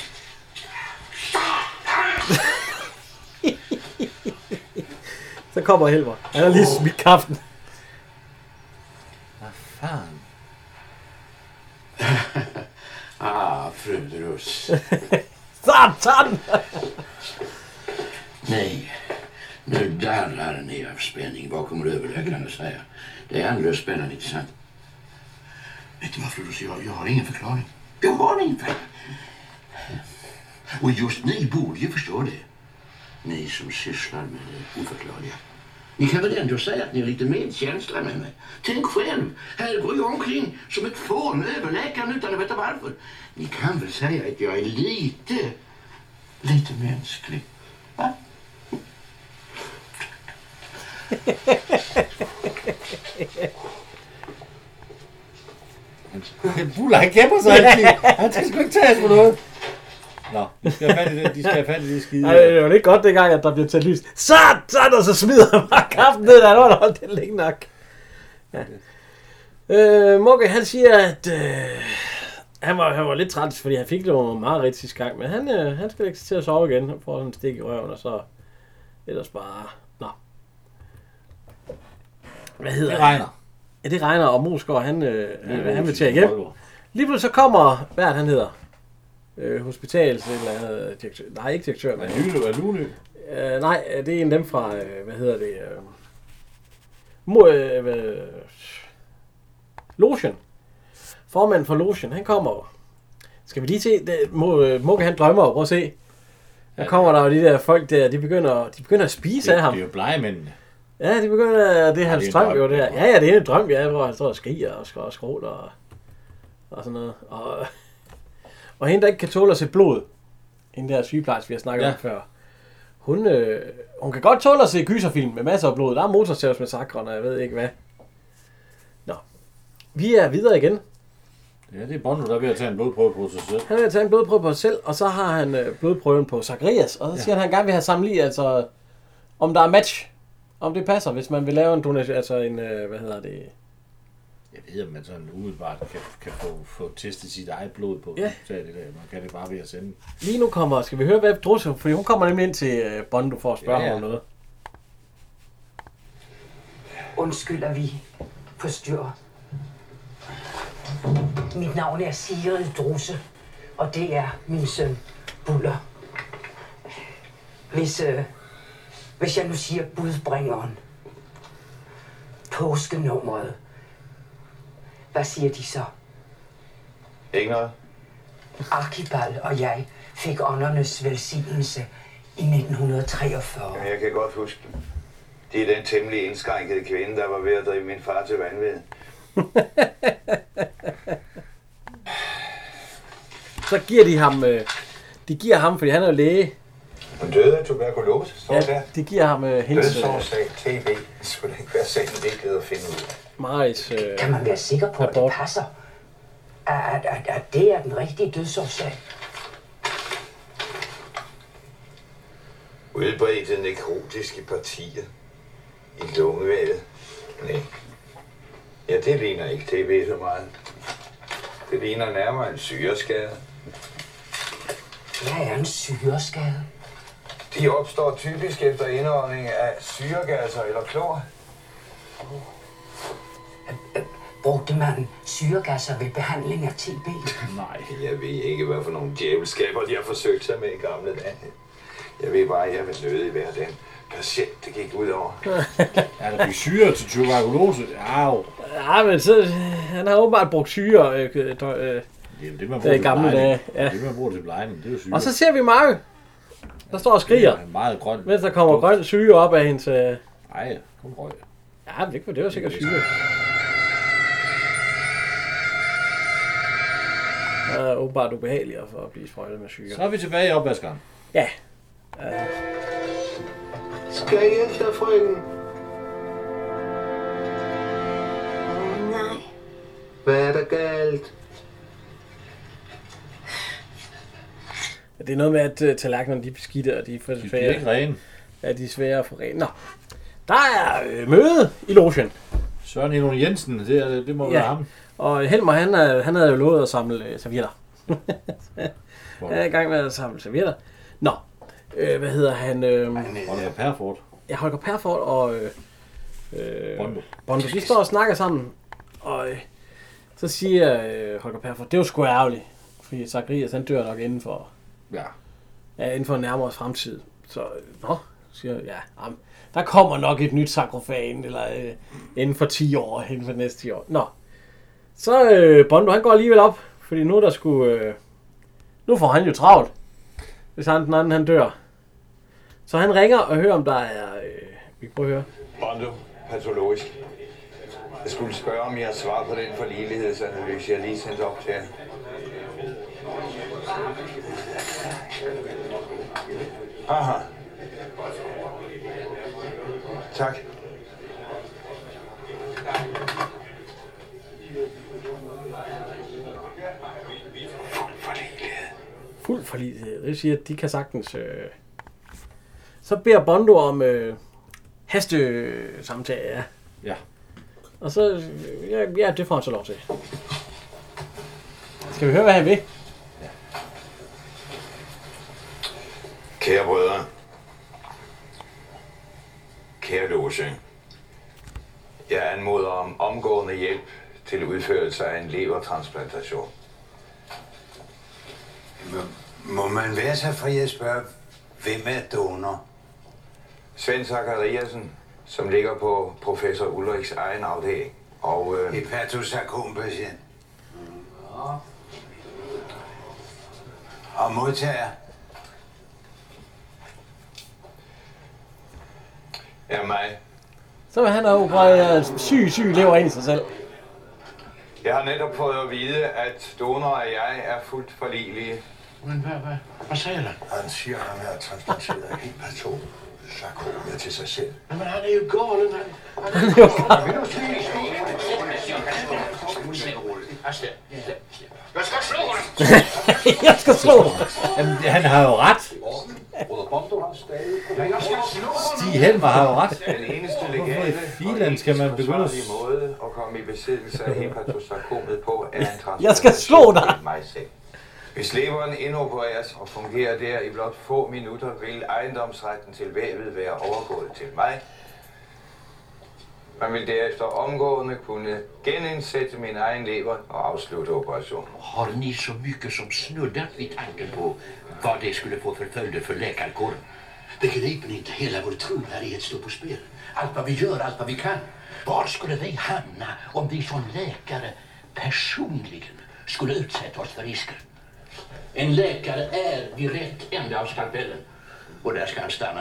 Så kommer Helmer. Han har lige smidt kaffen.
Hvad fanden?
Ah, Fröderus.
Satan!
Nej, nu darrar ni av spänning. Vad kommer överläkaren att säga? Det är andlöst spännande, inte sant? Vet du vad, Fröderus? Jag, jag har ingen förklaring. Jag har ingen förklaring. Och just ni borde ju förstå det. Ni som sysslar med det oförklarliga. Ni kan väl ändå säga att ni har lite medkänsla med mig? Tänk själv, här går jag omkring som ett fån, överläkaren utan att veta varför. Ni kan väl säga att jag är lite, lite mänsklig? Va?
Den buller, han gemmer sig altid. Han skal sgu ikke tage os på noget. Nå, de skal have fat i det, de skal have fat i det skide.
Ej, det var ikke godt dengang, at der bliver tændt lys. Satan, og så smider han bare kaffen ned, der var holdt det længe nok. Ja. Øh, Mugge, han siger, at øh, han, var, han var lidt træt, fordi han fik nogle meget rigtig sidste gang, men han, øh, han skal lægge sig til at sove igen. Han får sådan en stik i røven, og så ellers bare... Nå. Hvad hedder
Det
han?
regner.
Ja, det regner, og Mosgaard, han, øh, han,
Olsen
han vil tage
fra
hjem.
Aalborg.
Lige pludselig så kommer, hvad er det, han hedder? Øh, hospitals eller andet direktør. Nej, ikke direktør. Men...
Er Lulu- er Lulu?
Øh, nej, det er en af dem fra, øh, hvad hedder det? Øh... Mo, øh, hvad... Lotion. Formanden for Lotion, han kommer over. Skal vi lige se, det, må, øh, Mugge han drømmer over, prøv at se. Der kommer der jo de der folk der, de begynder, de begynder at spise
Det-
af ham.
det er jo blegemændene.
Ja, de begynder, det er hans
det er en
drøm jo
drøm,
der.
det er
Ja, ja, det er en drøm, ja, hvor han står og skriger og skråler og, skråler og, og sådan noget. Og, og hende, der ikke kan tåle at se blod, hende der sygeplejerske, vi har snakket ja.
Ja.
om før, hun, øh, hun kan godt tåle at se gyserfilm med masser af blod. Der er motorsavsmassakren, og jeg ved ikke hvad. Nå, vi er videre igen.
Ja, det er Bondo, der er ved at tage en blodprøve på sig selv.
Han vil tage en blodprøve på sig selv, og så har han øh, blodprøven på Zacharias, og så siger ja. han, at han gerne vil have sammenlignet, altså om der er match, om det passer, hvis man vil lave en donation, altså en, øh, hvad hedder det,
Jeg ved, om man sådan umiddelbart kan, kan få, få testet sit eget blod på.
Ja.
Så er det der. Man kan det bare ved at sende.
Lige nu kommer, skal vi høre, hvad Drusse, fordi hun kommer nemlig ind til øh, Bondo for at spørge ja,
Ja,
ja.
ja.
ham om noget.
Undskylder vi på styr. Mit navn er Sigrid Drusse, og det er min søn Buller. Hvis, øh, hvis jeg nu siger budbringeren, påskenummeret, hvad siger de så?
Ikke noget.
Archibald og jeg fik åndernes velsignelse i 1943.
Jamen, jeg kan godt huske det. Det er den temmelig indskrænkede kvinde, der var ved at drive min far til vanvid.
Så giver de ham, øh, de giver ham, fordi han er jo læge,
Hun døde af tuberkulose, står ja. der.
de giver ham øh, hendes øh,
Dødsårsag, TB. Det skulle da ikke være selv, det ikke at finde ud af.
Maris øh,
Kan man være sikker på, at det passer? At, at, at, at det er den rigtige dødsårsag?
Udbredte nekrotiske partier i lungevævet. Nej. Ja, det ligner ikke TB så meget. Det ligner nærmere en syreskade.
Hvad er en syreskade?
De opstår typisk efter indånding af syregasser eller klor.
Brugte man syregasser ved behandling af TB?
Nej. Jeg ved ikke, hvad for nogle djævelskaber de har forsøgt sig med i gamle dage. Jeg ved bare, at jeg vil nødig være den patient, det gik ud over.
Er der syre til tuberkulose? Au.
Ja, men så, han har åbenbart brugt syre øh, øh, dø- øh,
Jamen, det man
øh, gamle dage.
Ja. Det man bruger til blegning, det er jo syre.
Og så ser vi Mario, der står og skriger,
Ja, meget grøn.
mens der kommer grøn syre op af hendes... Øh...
Nej, kom røg.
Ja, men det, kunne- det var sikkert syre. Det er åbenbart ubehageligere for at blive sprøjtet med syre.
Så er vi tilbage i opvaskeren.
Ja.
Skal jeg hjælpe dig, frøken?
Nej.
Hvad er der galt?
Det er noget med, at øh, tallerkenerne de er beskidte, og de er for svære.
bliver ikke rene.
Ja, de er svære at få rene. Nå. Der er øh, møde i logen.
Søren Elon Jensen, det, er, det må være ham.
Og Helmer, han, er, han havde jo lovet at samle øh, servietter. han er i gang med at samle servietter. Nå, øh, hvad hedder han? Øh,
Holger Perfort.
Ja, Holger Perfort og... Øh, øh, Bondo. Bondo, de står og snakker sammen. Og øh, så siger øh, Holger Perfort, det er jo sgu ærgerligt. Fordi Zacharias, han dør nok inden for...
Ja.
Ja, inden for en nærmere fremtid. Så, øh, nå, siger jeg, ja, am, der kommer nok et nyt sarkofan, eller øh, inden for 10 år, inden for næste 10 år. Nå, så øh, Bondo, han går alligevel op, fordi nu er der skulle, øh, nu får han jo travlt, hvis han den anden, han dør. Så han ringer og hører, om der er, øh, vi kan prøve at høre.
Bondo, patologisk. Jeg skulle spørge, om jeg har svar på den forligelighedsanalyse, jeg lige sendte op til jer. Aha. Tak.
Fuld forlidighed. Det vil sige, at de kan sagtens... Øh... Så beder Bondo om øh, hastesamtale, ja.
Ja.
Og så... øh, Ja, ja, det får han så lov til. Skal vi høre, hvad han vil?
Kære brødre. Kære Lose. Jeg anmoder om omgående hjælp til udførelse af en levertransplantation. Må man være så fri at spørge, hvem er donor? Svend Zachariasen, som ligger på professor Ulriks egen afdeling. Og, øh, Hepatosarkom-patient. Og modtager? Er mig.
Så vil han have opereret en syg, syg lever ind i sig selv.
Jeg har netop fået at vide, at donor og jeg er fuldt forligelige.
Men hvad, hvad, hvad sagde han? Han siger, at han har transplanteret en hel person sarkoma til sig selv.
Men han er jo galen, han.
Han er jo
Han er jo Jeg skal slå
Jeg skal slå
Jamen, han har jo ret. Stig Helmer har jo ret.
Den eneste
Hvorfor i
legale
filen skal man begynde at...
forsvarlige måde at komme i besiddelse af hepatosarkomet på er en transplantation.
Jeg skal slå dig!
af Mig selv. Hvis leveren indopereres og fungerer der i blot få minutter, vil ejendomsretten til vævet være overgået til mig. Man vil derefter omgående kunne genindsætte min egen lever og afslutte operationen.
Har ni så mycket som snuddar vid tanken på vad det skulle få för följder för läkarkåren? Begriper ni inte? Hela vår trovärdighet står på spel. Allt vad vi gör, allt vad vi kan. Var skulle vi hamna om vi som läkare personligen skulle utsätta oss för risker? En läkare är vid rätt ände av skalpellen. Och där ska han stanna.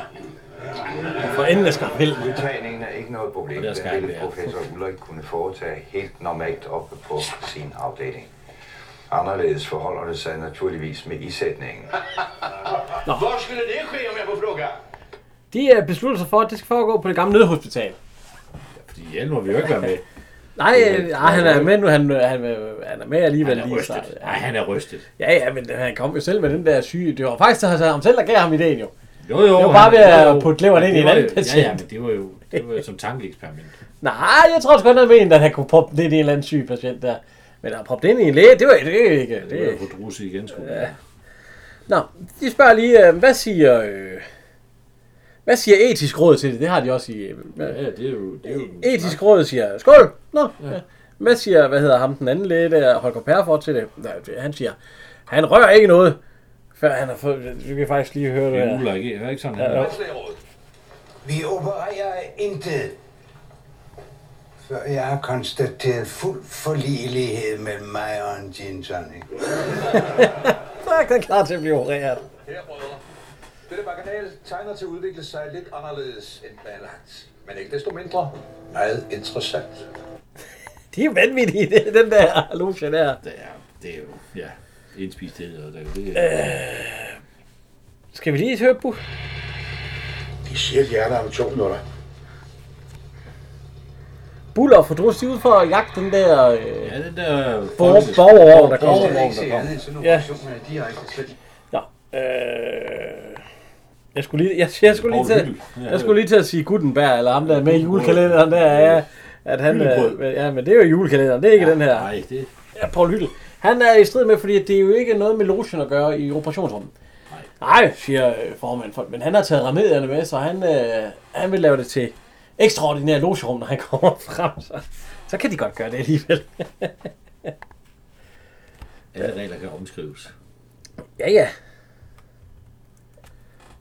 For enden af skarpellen.
Udtagningen er ikke noget problem.
der
Den
skal
ville
han være.
professor Ulrik kunne foretage helt normalt oppe på sin afdeling. Anderledes forholder det sig naturligvis med isætningen.
Var skulle det ske om jeg får fråga?
De øh, beslutter sig for, at det skal foregå på det gamle nødhospital.
Fordi Hjelmer vil jo ikke være med.
Nej, øh, nej, han er med nu. Han, øh, han, øh, han er med alligevel
Han er
lige i
rystet.
starten.
Ja, han er rystet.
Ja, ja, men han kom jo selv med den der syge. Det var faktisk altså, ham selv, der gav ham ideen jo.
Jo, jo.
Det var
han-
bare ved
jo, jo.
at putte leveren ind i
Det
en
var
anden
jo-
patient.
Ja, ja, men det var jo, det var jo som tankeeksperiment. Altså,
Nej, jeg tror også godt, han mente, at han kunne proppe det ind i en eller anden syg patient der. Men at proppe det ind i en læge, det var det er ikke...
Det var jo
Det.
på druse igen, sgu.
Ja. Nå, de spørger lige, øh, hvad siger... Øh, hvad siger etisk råd til det? Det har de også i... Øh,
Ja, det er jo... Det er jo
Etisk råd siger, skål! Nå, ja. Hvad siger, hvad hedder ham, den anden læge der, Holger Perfort til det? Nej, det- Han siger, han rører ikke noget, Før han har fået... Du kan faktisk lige høre det
Det
her.
er Ulla, ikke? Er det ikke sådan, han
ja,
er?
jo.
Vi opererer intet, før jeg har konstateret fuld forligelighed mellem mig og en gin tonic.
Så er han klar til at blive opereret.
Her, brødre. Dette bakanal tegner til at udvikle sig lidt anderledes end planlagt. Men ikke desto mindre meget interessant.
De er vanvittige, det, den der loge der.
Det er, det er jo, ja, indspisthed og det, det
Øh, skal vi lige høre på?
De siger, at de er der om to minutter.
Buller får drust ud for at jagte den der... Øh,
ja, den der...
Borg, borgervogn, der kommer.
Ja.
Nå, øh, jeg skulle lige, jeg, jeg skulle lige til, jeg skulle lige til at sige Gutenberg, eller ham der med i julekalenderen, der er, at han,
Hyldebrød.
øh, ja, men det er jo julekalenderen, det er ikke den her.
Nej, det...
Ja, Paul Hyttel. Han er i strid med, fordi det er jo ikke noget med logen at gøre i operationsrummet. Nej, siger øh, formanden for, men han har taget remedierne med, så han, øh, han vil lave det til ekstraordinære logerum, når han kommer frem. Så, så kan de godt gøre det alligevel.
Alle regler kan omskrives.
Ja, ja.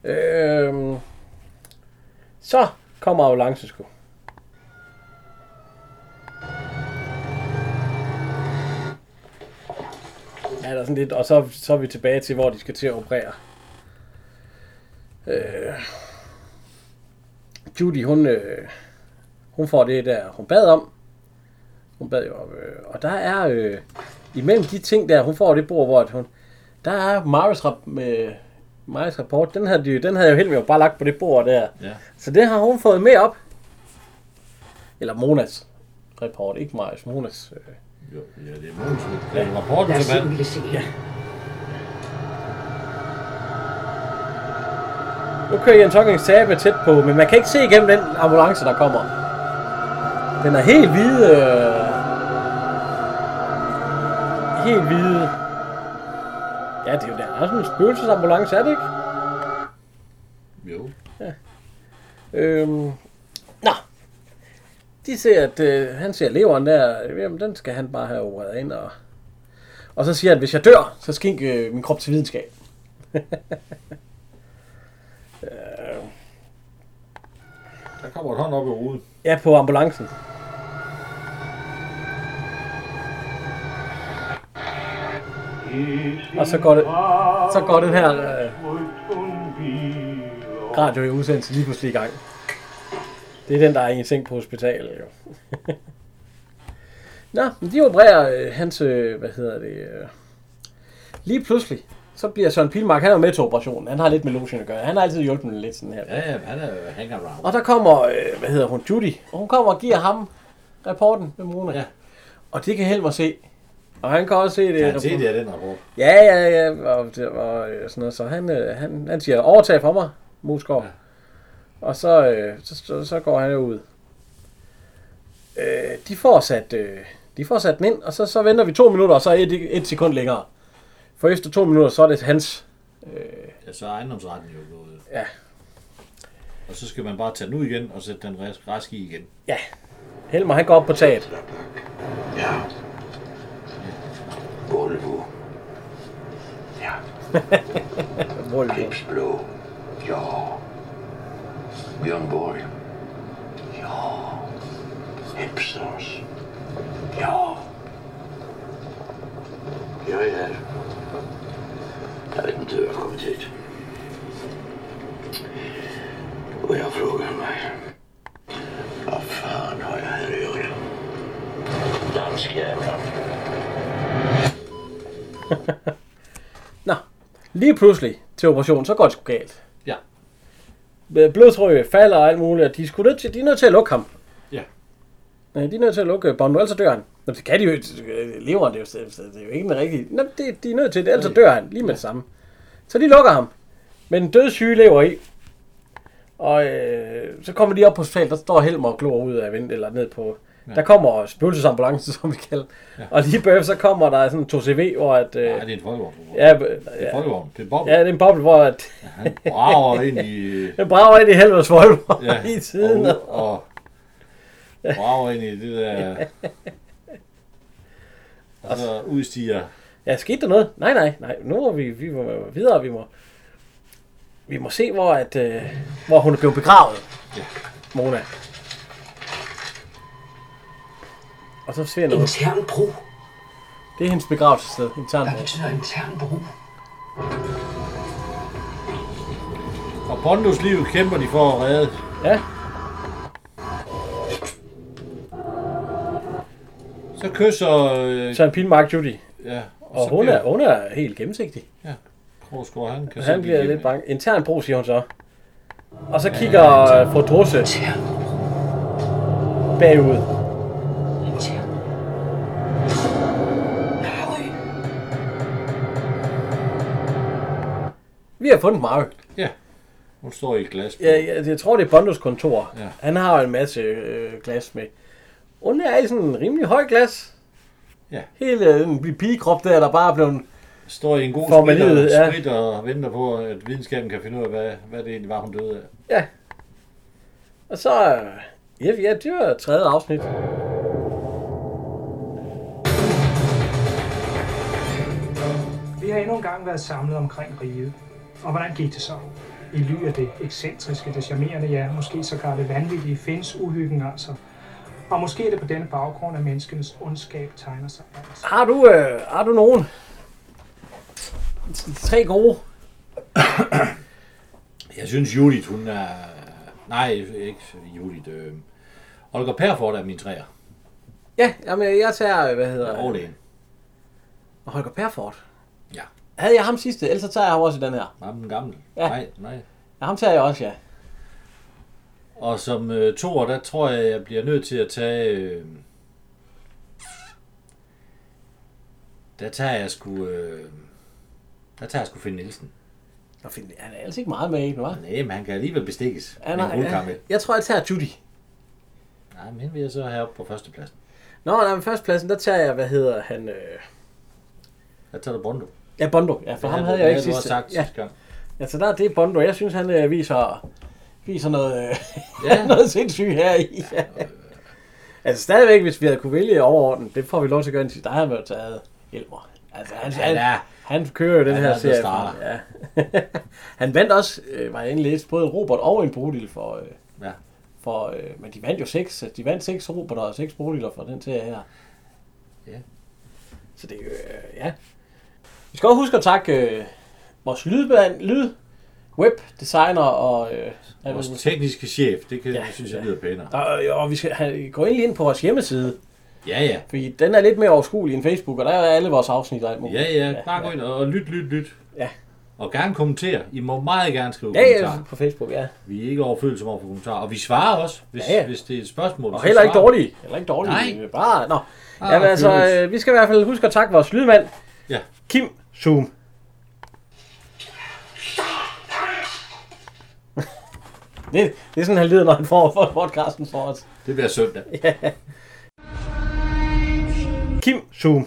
Øhm, så kommer ambulancen sgu. Ja, der er sådan lidt, og så, så er vi tilbage til, hvor de skal til at operere. Øh, Judy, hun, øh, hun får det der, hun bad om. Hun bad jo om, øh, og der er, øh, imellem de ting der, hun får det bord, hvor at hun, der er Marius, rap, øh, Marius rapport, den havde, de, jo- den havde jeg jo helt med bare lagt på det bord der.
Ja.
Så det har hun fået med op. Eller Monas rapport, ikke Marius, Monas. Øh.
Jo, ja, det er Mogens. Det er rapporten,
Lad os
som
se, om vi
han...
kan se. Ja. Nu kører Jens Hocking Sabe tæt på, men man kan ikke se igennem den ambulance, der kommer. Den er helt hvide. Øh... Helt hvide. Ja, det er jo der. er sådan en spøgelsesambulance, er det ikke?
Jo.
Ja. Øhm, nå. De ser, at øh, han ser leveren der. Jamen, den skal han bare have opereret ind. Og, og så siger han, hvis jeg dør, så skink øh, min krop til videnskab. øh,
Der kommer et hånd op i hovedet.
ja, på ambulancen. Og så går det, så går den her øh, radio i udsendelse lige pludselig i gang. Det er den, der er i en seng på hospitalet, jo. Nå, men de opererer øh, hans, øh, hvad hedder det, øh. lige pludselig, så bliver Søren Pilmark, han er jo med til operationen, han har lidt med lotion at gøre, han har altid hjulpet dem lidt sådan her.
Ja, ja, han er hangaround.
Og der kommer, øh, hvad hedder hun, Judy. Og hun kommer og giver ham rapporten med Mona. Ja. Og det kan Helmer se. Og han kan også se det.
Kan han se det af den rapport?
Ja, ja, ja. Og, det, og øh, sådan noget. Så han, øh, han, han siger, overtag for mig, Musgaard. Ja. Og så, øh, så, så, så går han jo ud. Øh, de, får sat, øh, de får sat den ind, og så, så venter vi to minutter, og så et, et sekund længere. For efter to minutter, så er det hans. Øh,
Ja, så er ejendomsretten jo gået.
Ja.
Og så skal man bare tage den ud igen og sætte den res- rask i igen.
ja, Helmer han går op på taget.
Ja. Volvo. Ja.
Volvo.
Pips Blå. Ja. Bjørn Borg. Ja. Hipsters. Ja. Ja, ja. Der er en dør kommet hit. Og jeg frågar mig. Vad fan har jag här att göra? Danskjävlar.
Nå, lige pludselig til operationen, så går det sgu galt.
Ja.
Med Blodtrykket falder og alt muligt, og de er, sgu nødt til, de er nødt til at lukke ham.
Ja.
Nej, de er nødt til at lukke Bondo, ellers så dør han. Nå, det kan de jo ikke. Leveren, det er jo, det er jo ikke den rigtige. Nå, det, de er nødt til det, ellers så dør han lige med det samme. Så de lukker ham. Men en dødssyge lever i. Og øh, så kommer de op på hospitalet, der står Helmer og glor ud af vinduet, eller ned på...
Ja.
Ja. Der kommer spøgelsesambulancen, som vi kalder ja. Og lige bagefter, så kommer der sådan en 2CV, hvor at... Øh,
Nej, det er en folkevogn.
Ja, øh,
Det er en folkevogn. Det er en boble.
Ja, det er en boble, hvor... At...
Han brager ind i-
Han brager ind i helvedes Volvo
Ja,
ja. i tiden.
og ud- og brager ind i det der- Og så Altså, udstiger
Ja, skete der noget? Nej, nej, nej. Nu må vi, vi må videre, vi må... Vi må se, hvor, at, øh, hvor hun er blevet begravet. Ja. Mona. Og så ser noget.
Intern bro.
Det er hendes begravelsessted. Intern bro.
Hvad betyder intern bro?
Og Bondos liv kæmper de for at redde.
Ja.
Så kysser... Øh,
Søren Pilmark Judy.
Ja.
Og, og hun, er, hun er helt gennemsigtig.
Ja. Krogsgaard, han kan
Han
se
bliver
det
lidt bange. Intern brug, siger hun så. Og så kigger øh, fru Drusse bagud. Vi har fundet Mark.
Ja. Hun står i et glas.
Ja, jeg, jeg tror, det er Bondos kontor.
Ja.
Han har en masse øh, glas med. Hun er i sådan en rimelig høj glas.
Ja.
Hele den pigekrop der, der bare er blevet...
Står i en god
Får man
sprit, og,
livet, ja.
sprit og venter på, at videnskaben kan finde ud af, hvad, hvad det egentlig var, hun døde af.
Ja. Og så... øh, Ja, ja, det var tredje afsnit.
Vi har endnu en gang været samlet omkring riget. Og hvordan gik det så? I ly af det ekscentriske, det charmerende, ja, måske sågar det vanvittige, findes uhyggen altså. Og måske er det på denne baggrund, at menneskenes ondskab tegner sig.
Har du, øh, har du nogen? Tre gode.
Jeg synes, Judith, hun er... Nej, ikke Judith. Øh... Olga Perfort er min træer.
Ja, jamen, jeg tager, øh, hvad hedder det?
Overlægen.
Og Holger Perfort.
Ja.
Havde jeg ham sidste, ellers så tager jeg ham også i den her.
Nej, den gamle.
Ja.
Nej, nej.
Ja, ham tager jeg også, ja.
Og som øh, toer, der tror jeg, jeg bliver nødt til at tage... Øh... Der tager jeg sgu... Øh... Der tager jeg sgu Finn Nielsen.
Og Finn, han er altså ikke meget med i den, hva'?
Nej, men han kan alligevel bestikkes.
Ja,
med en
nej, ja.
rullekammel.
Jeg tror, jeg tager Judy.
Nej, men hende vil jeg så have op på førstepladsen.
Nå, nej, men førstepladsen, der tager jeg, hvad hedder han? Øh...
Der tager du Bondo.
Ja, Bondo. Ja, for
Det
ham
havde
havde
du-
jeg ikke
det havde du
sidste.
også sagt
ja.
sidste gang.
Ja, så der det er Bondo. Jeg synes, han øh, viser, viser noget, øh,
Ja.
ja. noget sindssygt her i. Ja. Altså stadigvæk, hvis vi havde kunne vælge overordnet, det får vi lov til at gøre en sidste. Der havde man jo taget Elmer. Altså, han,
Han
han,
er-
han, han kører jo den
han er
her
the
serie.
starter.
Ja. han vandt også, øh, var jeg inde og læse, både en Robert og en Bodil for... Øh,
Ja.
for øh, men de vandt jo seks, de vandt seks Robert og seks Bodiler for den serie her.
Ja.
Så det er jo, øh, ja. Vi skal også huske at takke øh, vores lydband, lyd, web, designer og... Øh,
Vores
hvad-
tekniske chef, det kan, ja, synes jeg lyder pænere.
og, øh, og vi skal have, gå endelig ind på vores hjemmeside.
Ja, ja.
Fordi den er lidt mere overskuelig end Facebook, og der er alle vores afsnit og alt muligt.
Ja, ja, bare gå ind og lyt, lyt, lyt.
Ja.
Og gerne kommentere. I må meget gerne skrive
Ja, ja,
kommentarer.
på Facebook, ja.
Vi er ikke overfølsomme over for kommentarer. Og vi svarer også, hvis, ja,
Ja,
ja.
ja.
hvis det er et spørgsmål.
Og
så
heller ikke
svarer vi.
dårlige. Heller ikke dårlige.
Nej.
Øh, Bare, nå.
Ah,
Ah, Jamen altså,
føles.
øh, vi skal i hvert fald huske at takke vores lydmand,
Ja.
Kim Zoom. Det, det er sådan, han lyder, når han får for podcasten for os.
Det bliver søndag.
Ja. Kim Zoom.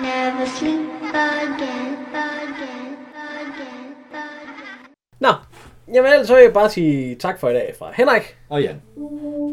Never sleep again, again, again, again.
Nå, jamen ellers så vil jeg bare sige tak for i dag fra Henrik.
Og Jan.